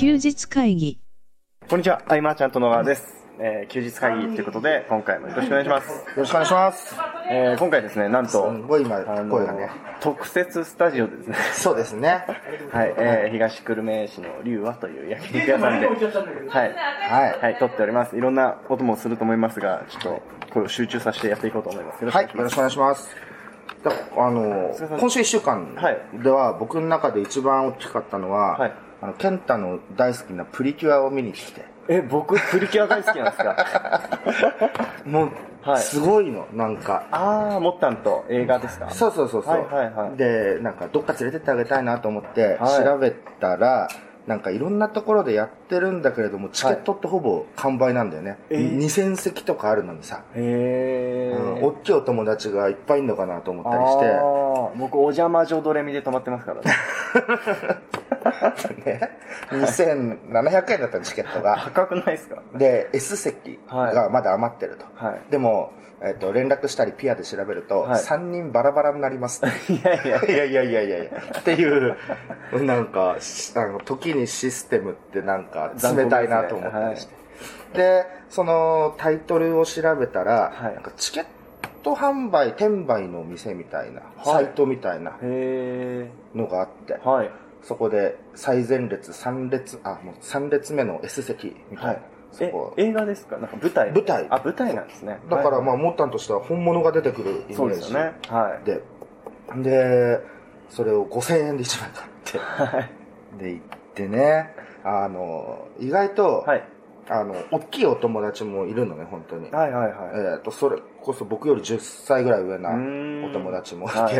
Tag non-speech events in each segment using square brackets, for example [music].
日会議こんにちは、アイマーちゃんと野川です。えー休日会議ということで、今回もよろしくお願いします。よろしくお願いします。えー今回ですね、なんすと、ごい今、あの声がね。特設スタジオでですね、そうですね。はい、えー東久留米市の龍和という焼肉屋さんで、はい、はい。はい、撮っております。いろんなこともすると思いますが、ちょっと、これを集中させてやっていこうと思います。よろはい、しよくお願ろいししくお願いします。だあのすいません今週1週間はいでは、僕の中で一番大きかったのは、はいあの健太の大好きなプリキュアを見に来て、ます。え、僕、プリキュア大好きなんです [laughs] かもう、はいすごいの、なんか。あー、もったんと映画ですかそうそうそうそう、はいはいはいで、なんかどっか連れてってあげたいなと思ってはい調べたら、なんかいろんなところでやってるんだけれども、チケットってほぼ完売なんだよね。えー2000席とかあるのにさ。へうんー。おっきいお友達がいっぱいいるのかなと思ったりあー僕、お邪魔女ドレミで泊まってますからね。して、ね、2700円だったのチケットが。高くないですかで、S 席がまだ余ってると。はい。でも、えっ、と、連絡したりピアで調べると、はい3人バラバラになります。 [laughs] いやいや。いやいやいやいやいや。っていう、なんか、しあの、時にシステムってなんか冷たいなと思ったりして。でそのタイトルを調べたら、はいなんかチケット販売、転売の店みたいな、いサイトみたいなへのがあって、ー。はい。そこで最前列3列あもう3列目の S 席みたいな、はい。そえこ、映画ですかなんか舞台舞台あ、舞台なんですね。だからはいまあモッタンとしては本物が出てくるイメージそうですよね。 [laughs] はででそれを5000円で1枚買ってい。はい。で行ってねあの意外と、はい。あの大きいお友達もいるのね本当に、はいはいはい。えー、とそれこそ僕より10歳ぐらい上なうーんお友達もいて、はい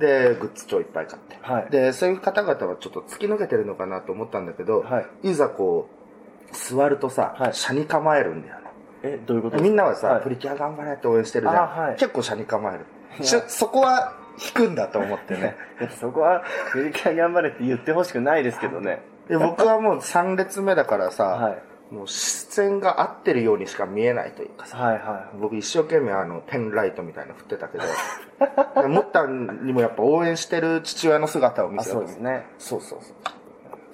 でグッズ超いっぱい買ってはい。でそういう方々はちょっと突き抜けてるのかなと思ったんだけど、はい。いざこう座るとさ、はい車に構えるんだよねえ、どういうことみんなはさ、はいプリキュア頑張れって応援してるじゃあん、はい [laughs] 結構車に構えるいやちょそこは引くんだと思ってねそこは、プリキュア頑張れって言ってほしくないですけどね。で僕はもう3列目だからさ、はい。もう視線が合ってるようにしか見えないというかさはいはい。僕一生懸命あのペンライトみたいなの振ってた [laughs] けどモッタンにもやっぱ応援してる父親の姿を見あ、せよそううとです思ってね。そうそうそう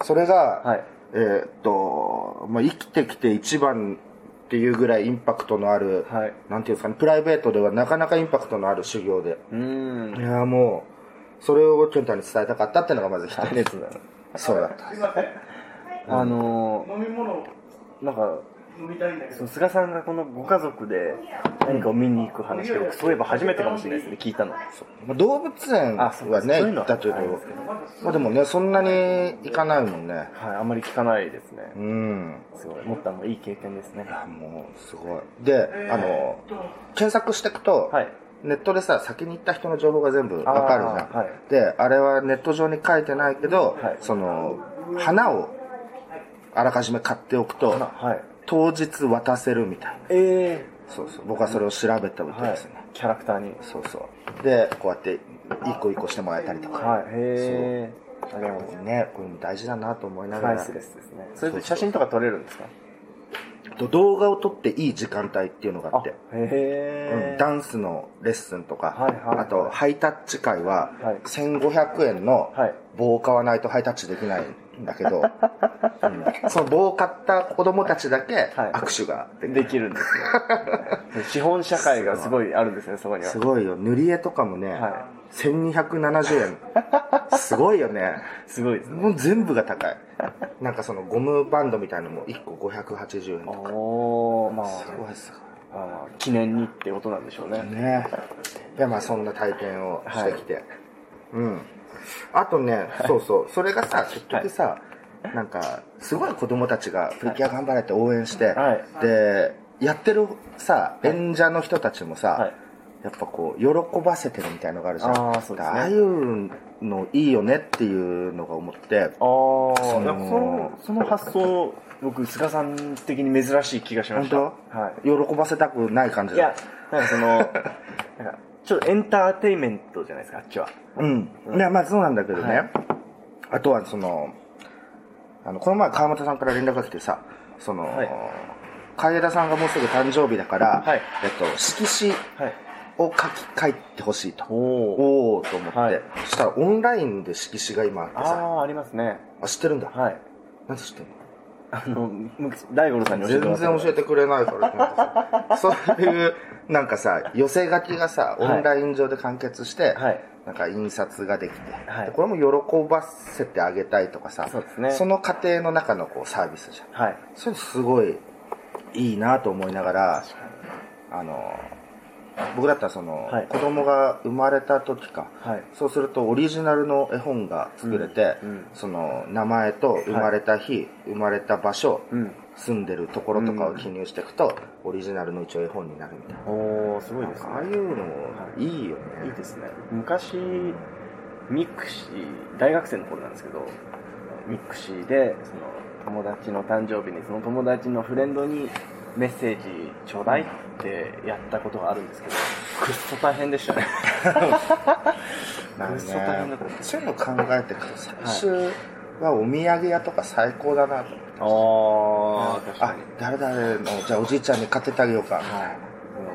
それが、はい。えーっと、まあ、生きてきて一番っていうぐらいインパクトのある、はい。なんていうんですかね、プライベートではなかなかインパクトのある修行で。うーん。いやーもう、それを健太に伝えたかったっていうのがまず一あつ。りがとうございます。そうだった。あの飲み物をー、なんか、飲みたいんだけそどの菅さんがこのご家族で何かを見に行く話って僕そういえば初めてかもしれないですね聞いたのまあ、動物園あそうはそうね、いうの行はったけどありますけ、まあでもね、そんなに行かないもんね。はいあんまり聞かないですねうん。すごいもっともいい経験ですねあもう、すごい。で、あの、検索していくと、はいネットでさ、先に行った人の情報が全部わかるじゃん。あーはいで、あれはネット上に書いてないけど、はいその、花をあらかじめ買っておくと、はい当日渡せるみたいな。えそうそう。僕はそれを調べたみたいですね。キャラクターにそうそう。で、こうやって、一個一個してもらえたりとか。はいへえありがとうございますね、これも大事だなと思いながナイらスですですねそれで写真とか撮れるんですかと動画を撮っていい時間帯っていうのがあって、へうんえダンスのレッスンとか、はいはいあとハイタッチ会ははい1500円の [laughs] はい棒を買わないとハイタッチできないんだけど、うんその棒を買った子供たちだけはい握手ができる、できるんです [laughs] ね資本社会がすごいあるんですねそこにはすごいよ塗り絵とかもね、は1270円すごいよねすごいですねもう全部が高いなんかそのゴムバンドみたいのも1個580円とかおおまあすごいすごいあー記念にってことなんでしょうねねでまあそんな体験をしてきて、うんあとね、そうそうそれがさ結局さ、なんかすごい子供たちが「プリキュア頑張れ」って応援して、はいでやってるさ演者の人たちもさ、はいやっぱこう喜ばせてるみたいのがあるじゃんあーそうですねだからああいうのいいよねっていうのが思ってああ、そそののその発想、僕、菅さん的に珍しい気がしました。本は喜ばせたくない感い。じいだや、なんかその、 [laughs] なんか、ちょっとエンターテインメントじゃないですか、あっちは。うんうんいやまあそうなんだけどね、はいあとはそのあのこの前川本さんから連絡が来てさその、はい海江田さんがもうすぐ誕生日だから、はいえっと、色はい。紙を書き書いてほしいとおお。おおーと思って、はいそしたらオンラインで色紙が今あってあさあ、ありますね。あ知ってるんだはい。なんで知ってんあのの、む大五郎さんに教え全てもら然った。教えてくれないから [laughs] ねそういうなんかさ寄せ書きがさオはいンライン上で完結して、はい。なんか印刷ができて、はいでこれも喜ばせてあげたいとかさそうですねその過程の中のこうサービスじゃんはい。それすごいいいなと思いながらあの僕だったらその、はい子供が生まれた時かはい。そうするとオリジナルの絵本が作れて、うんうんその名前と生まれた日、生まれた場所、うん。住んでるところとかを記入していくと、オリジナルの一応絵本になるみたいな,、おー、すごいなんですかねあ。あいうのいいよね、いいですね。昔、ミクシー、大学生の頃なんですけど、ミクシーで、その、友達の誕生日に、その友達のフレンドにメッセージちょうだいってやったことがあるんですけど、くっそ大変でした [laughs] ね。なくっんかねそ大変だから。そういうの考えていくと最初はお土産屋とか最高だなと思ってあー、確あかに。誰々のじゃあおじいちゃんに買ってってあげようか、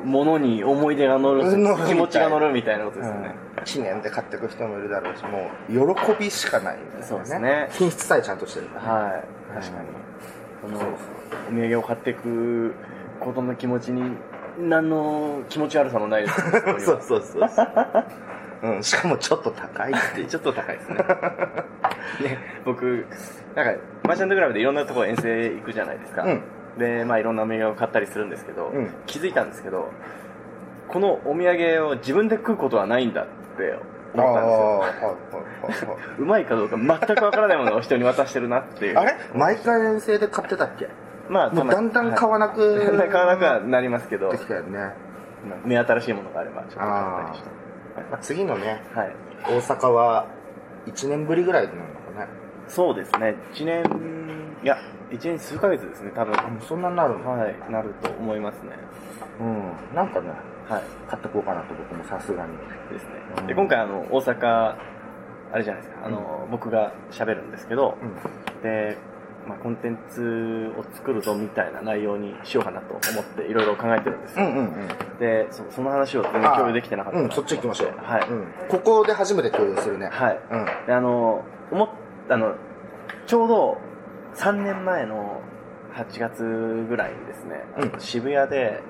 物に思い出が乗る乗るみたいな気持ちが乗るみたいなことうですよね、ん記念で買っていく人もいるだろうしもう喜びしかないみたいな、そうですね品質さえちゃんとしてるからはい確かに、このお土産を買っていくことの気持ちに何の気持ち悪さもないですねこには [laughs] そうそうそうそう、うん、しかもちょっと高いっていうちょっと高いですね [laughs] ね僕なんかマーチャントクラブでいろんなとこ遠征行くじゃないですか、うんでまあいろんなお土産を買ったりするんですけど、うん気づいたんですけどこのお土産を自分で食うことはないんだってああ思ったんですよはいはいはうまいかどうか全くわからないものを人に渡してるなっていいうはいあれ毎回遠征で買ってたっけまあもうだんだん買わなく、 [laughs] だんだん買わなくはなりますけどってきたよね、目新しいものがあればちょっと買ったりしまあ、次のねてはい大阪は1年ぶりぐらいになるのかねそうですね1年いや1年数ヶ月ですね多分あもうそんなになるの、はいなると思いますねうんなんかねはい買ってこうかなと僕もさすがにですね、うんで今回あの大阪あれじゃないですかあの、僕が喋るんですけど、うんで、まあ、コンテンツを作るぞみたいな内容にしようかなと思っていろいろ考えてるんですうよ、んうんうんでそその話を全然共有できてなかったうなんそっち行きましょう、はい、うん、ここで初めて共有するねはいうんであの思っあのちょうど3年前の8月ぐらいにですね、うん渋谷で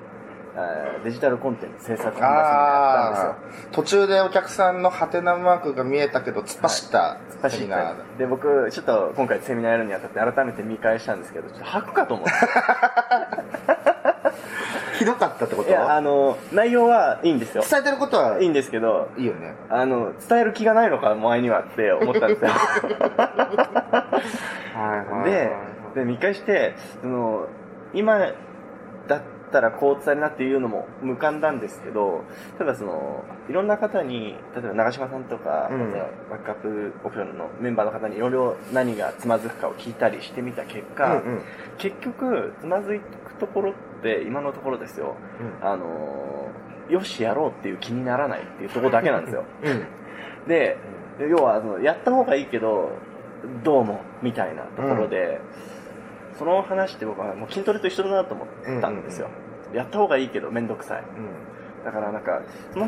えーデジタルコンテンツ制作販売セミナーやったあんであ途中でお客さんのハテナマークが見えたけど突っ走ったすよ確かセにミナーだで僕ちょっと今回セミナーやるにあたって改めて見返したんですけどちょっと吐くかと思ってひどかったってこといやあ伝の内容はいいんですよえてることはいいいんですけどいいよねあの伝える気がないのか前にはって思ったん [laughs] ですよはいでで見返してその今だったらこう伝えるなっていうのも無感なんですけどただそのいろんな方に例えば長嶋さんとか、うんあとバックアップオプションのメンバーの方にいろいろ何がつまずくかを聞いたりしてみた結うん果、うん結局つまずいくところって今のところですよあのよしやろうっていう気にならないっていうところだけなん [laughs] ですようんうんで要はそのやった方がいいけどどうもみたいなところで、その話って僕はもう筋トレと一緒だなと思ったんですよ、やった方がいいけど面倒くさいうんだからなんかその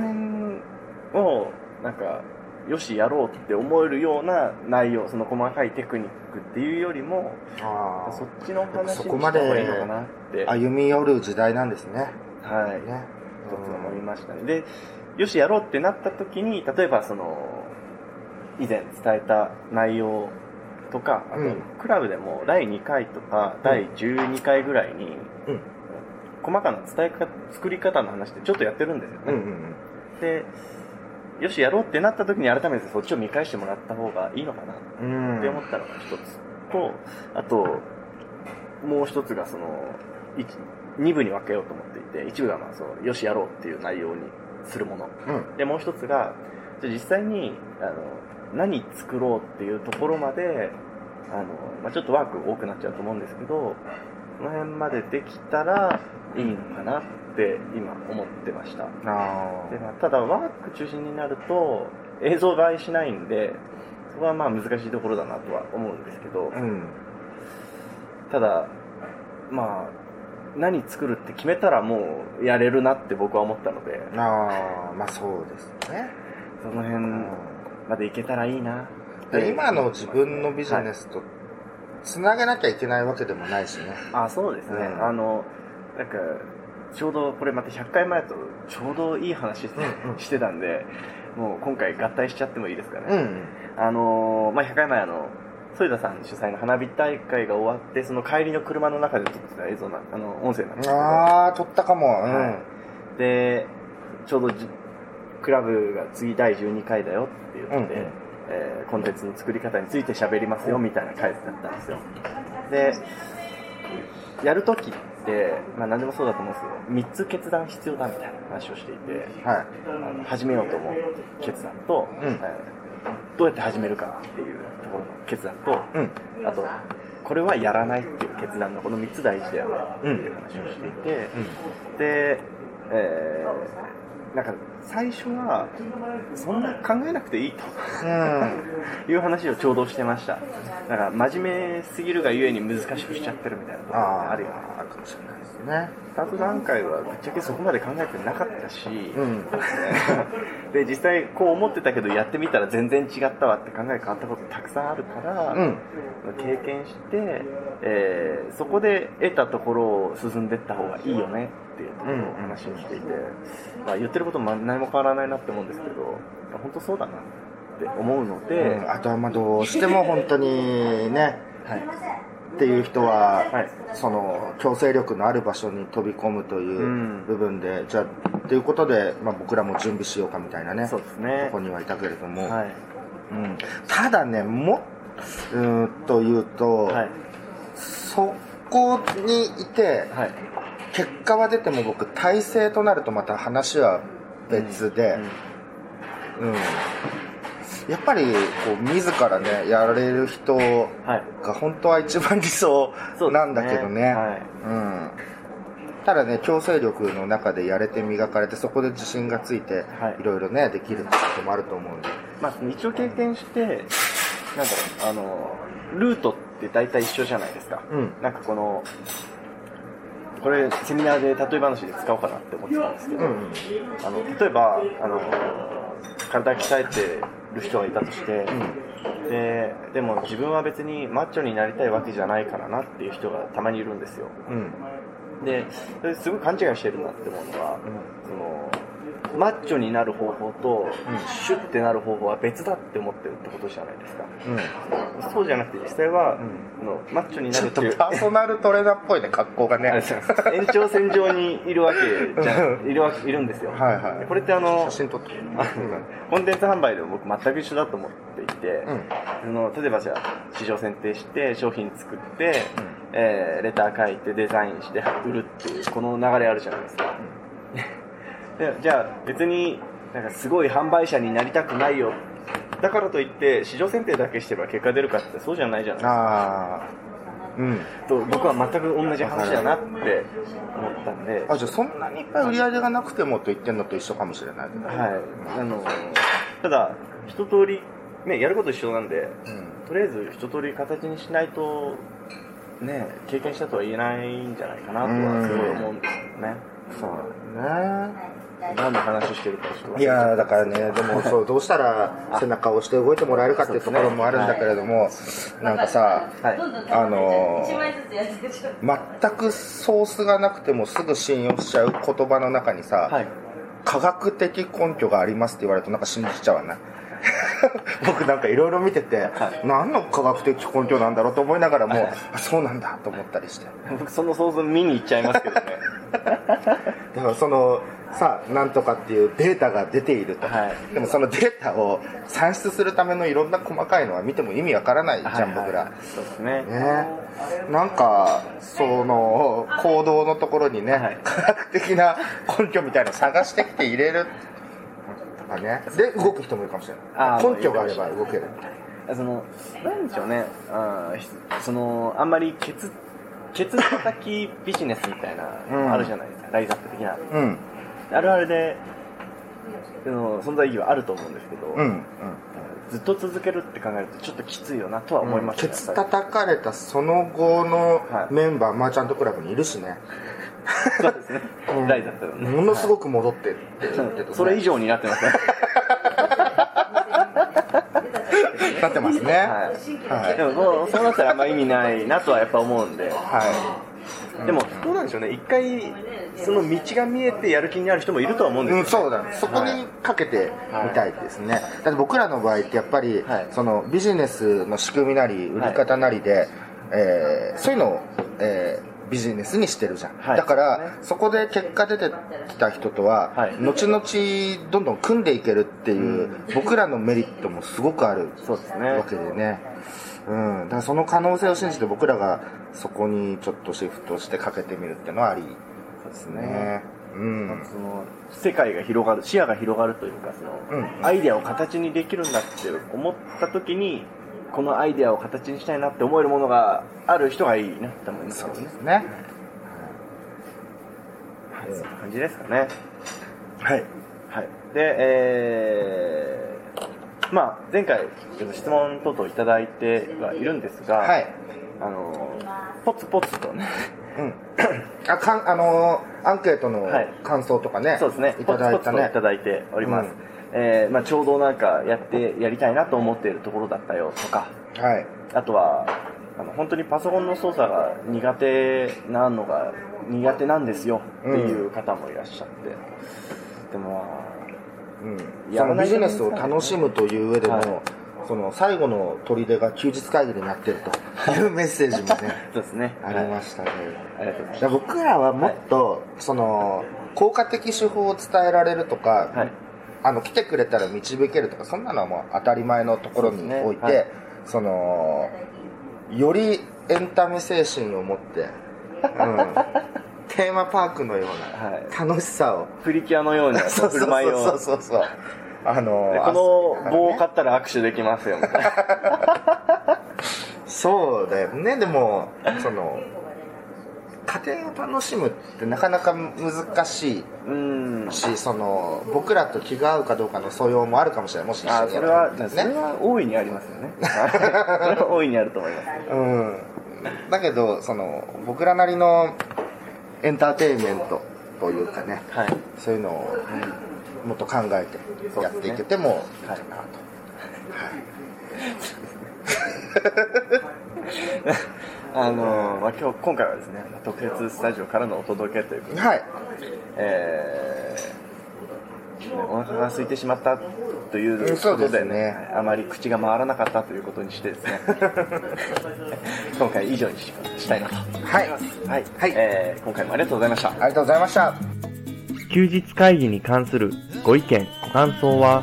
辺をなんかよしやろうって思えるような内容その細かいテクニックっていうよりもあそっちの話にそしたこ方までがいいのかなって、あ歩み寄る時代なんですねはい、ね一つ思いましたね。で、よしやろうってなった時に、例えばその、以前伝えた内容とか、あうんと、クラブでも第2回とか、第12回ぐらいに、うん細かな伝え方、作り方の話ってちょっとやってるんですようんうね。んで、よしやろうってなった時に改めてそっちを見返してもらった方がいいのかなっうんうんて思ったのが一つと、あと、もう一つがその、一二部に分けようと思っていて、一部がまあその、よしやろうっていう内容にするもの。うんで、もう一つが、じゃあ実際に、あの、何作ろうっていうところまで、あの、まあ、ちょっとワーク多くなっちゃうと思うんですけど、その辺までできたらいいのかなって今思ってました。あで、まあ、ただワーク中心になると映像映えしないんで、そこはまあ難しいところだなとは思うんですけどあ、うんただ、まあ、何作るって決めたらもうやれるなって僕は思ったので、ああまあそうですねそのう辺んまでいけたらいいな。で今の自分のビジネスと繋げなきゃいけないわけでもないしね。あそうですね、うんあのなんかちょうどこれまた100回前とちょうどいい話してしてたんでもう今回合体しちゃってもいいですかね、うん。あのーまあ、100回前あの添田さん主催の花火大会が終わってその帰りの車の中で撮ってた映像なあの音声なんですけどあー、取ったかも。うん。はでちょうどじクラブが次第12回だよって言って、うんうんえーコンテンツの作り方について喋りますよみたいな回だったんですよでやるときって、まあ、何でもそうだと思うんですけど3つ決断必要だみたいな話をしていてはい。あの始めようと思う決断と、うんえーどうやって始めるかっていうところの決断と、うん。あとこれはやらないっていう決断のこの3つ大事だよねっていう話をしていて、で、えーなんか最初はそんな考えなくていいうん。と [laughs] いう話をちょうどしてましただから真面目すぎるがゆえに難しくしちゃってるみたいなとこあろがあ、あるよねあるかもしれないですね。スタート段階はぶっちゃけそこまで考えてなかったし、うん。 [laughs] で実際こう思ってたけどやってみたら全然違ったわって考え変わったことたくさんあるから、うん。経験して、えーそこで得たところを進んでいった方がいいよねっていうところを話をしていて、まあ、言ってることも何も変わらないなって思うんですけど本当そうだなって思うので、うん、あとはまあどうしても本当にね、はいっていう人は、はいその強制力のある場所に飛び込むという部分で、じゃあっていうことで、まあ、僕らも準備しようかみたいなねそうですねとこにはいたけれども、はいうん、ただねもうーんというと、はいそこにいてはい結果は出ても僕体制となるとまた話は別で、うんうんやっぱりこう自らねやられる人はいが本当は一番理想そうですねなんだけどねはいうん、ただね強制力の中でやれて磨かれてそこで自信がついて、はいいろいろねできることもあると思うんでまあ、一応経験してなんだろうあのルートって大体一緒じゃないですか、うんなんかこのこれセミナーで例え話で使おうかなって思ってたんですけど、うんあの例えばあの体鍛えてる人がいたとして、ででも自分は別にマッチョになりたいわけじゃないからなっていう人がたまにいるんですようんでそれすごい勘違いしてるなって思うのは、そのマッチョになる方法と、シュッてなる方法は別だって思ってるってことじゃないですかうん、そうじゃなくて実際は、んそのマッチョになちょるっってというパーソナルトレーナーっぽいね格好がねあれはですよ [laughs] 延長線上にいるわけじゃんいるわけいるんですよ、いはいこれってあの写真撮ってあのコンテンツ販売でも僕全く一緒だと思っていて、うんその例えばじゃあ市場選定して商品作って、えーレター書いてデザインして売るっていうこの流れあるじゃないですか、 [laughs] でじゃあ別になんかすごい販売者になりたくないよだからといって市場選定だけしてれば結果出るかってそうじゃないじゃないああうんと僕は全く同じ話だなって思ったんであじゃあそんなにいっぱい売り上げがなくてもと言ってんのと一緒かもしれないねはい、あのただ、一通り、ね、やること一緒なんで、うんとりあえず一通り形にしないと、ね、経験したとは言えないんじゃないかなとはすごい思うんですよね。そうだね何の話してるかちょっと忘れちゃったいやーだからね、でもそう、どうしたら背中を押して動いてもらえるかっていうところもあるんだけれども、なんかさ、はいあのー一枚ずつやってちょっと全くソースがなくてもすぐ信用しちゃう言葉の中にさ、はい、科学的根拠がありますって言われるとなんか信じちゃうわな。 [laughs] 僕なんかいろいろ見てて、何の科学的根拠なんだろうと思いながらも、あそうなんだと思ったりして。僕、その想像見に行っちゃいますけどね。[laughs] だからそのさなんとかっていうデータが出ていると、はいでもそのデータを算出するためのいろんな細かいのは見ても意味わからないじゃん、はい僕らそうですね。ねなんかその行動のところにね、はい科学的な根拠みたいなの探してきて入れるとかねで動く人もいるかもしれあないー根拠があれば動けるその、なんでしょうね、あーひその、あんまりケツ、ケツ叩きビジネスみたいな、うんあるじゃないですか、ライズアップ的な。うんあるあるで、その存在意義はあると思うんですけど、うんうんずっと続けるって考えるとちょっときついよなとは思いますケねツやっぱり叩かれたその後のはいメンバー、マーチャントクラブにいるしねそうですねうんライだったらねものすごく戻ってって言ってたねそれ以上になってますね出たじゃんなってますね。ははいい、でもこうそうなったらあんま意味ないなとはやっぱ思うんで、はでもどうなんでしょうね一回その道が見えてやる気になる人もいるとは思うんい。ですうよ、ん、そうだ、そこにかけてみたいですね、だって僕らの場合ってやっぱり、はいそのビジネスの仕組みなり売り方なりで、えーそういうのを、えービジネスにしてるじゃん、はいだかそうでらすそこで結果出てきた人とは、はい後々どんどん組んでいけるっていう、僕らのメリットもすごくあるそうですねわけでね、うん、だからその可能性を信じて僕らがそこにちょっとシフトしてかけてみるってのはありですね。うん、その世界が広がる視野が広がるというかその、うんアイデアを形にできるんだって思った時にこのアイデアを形にしたいなって思えるものがある人がいいなって思いますそようでねすね。はいそんな感じですかねはい。はいでえーまあ前回ちょっと質問等々いただいてはいるんですが、はい。あのーポツポツ [laughs] とねうん。あ、かん、あのーアンケートのはい感想とかね、そうですねいポツただポいツたといねた。だいております、うんえーまあ、ちょうどなんかやってやりたいなと思っているところだったよとかはい。あとはあの本当にパソコンの操作が苦手なのが苦手なんですよっていう方もいらっしゃって、でもうん。やそらのないビとねジネスを楽しむという上でも、はいその最後の砦が休日会議になってるというメッセージもね、 [laughs] そうですねありましたね。はいありがとうございだから僕らはもっと、その、効果的手法を伝えられるとか、ますはいあの来てくれたら導けるとかそんなのはもう当たり前のところにおいてそ,、そうでのよりエンタメ精神を持って、うん、 [laughs] テーマパークのよはうな楽しさを、プリキュアのよう [laughs] なそう振そうる舞いそをうそうそうあのでーこの棒を買あったら握手でき [laughs] ますよみたいなそうだよねでもその家庭を楽しむってなかなか難しいうーんしその僕らと気が合うかどうかの素養もあるかもしれないもし一緒あにそやれるなはらそれは大いにありますよ [laughs] ねはいそれは大いにあると思いますうん、だけどその僕らなりのエンターテインメントというかねはいそういうのをもっと考えてやっていけてもいいかなと、 [laughs] あのーまあ、今日今回はですね特設スタジオからのお届けということではいえーねお腹が空いてしまったといううんこそうでとすでねねあまり口が回らなかったということにしてですね今回以上にししたいなとはいはい、はいえー今回もありがとうございましたありがとうございました休日会議に関するご意見、ご感想は、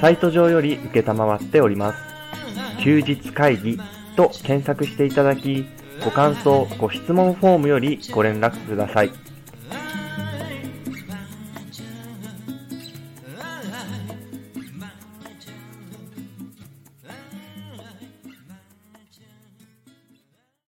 サイト上より受けたまわっております。休日会議と検索していただき、ご感想、ご質問フォームよりご連絡ください。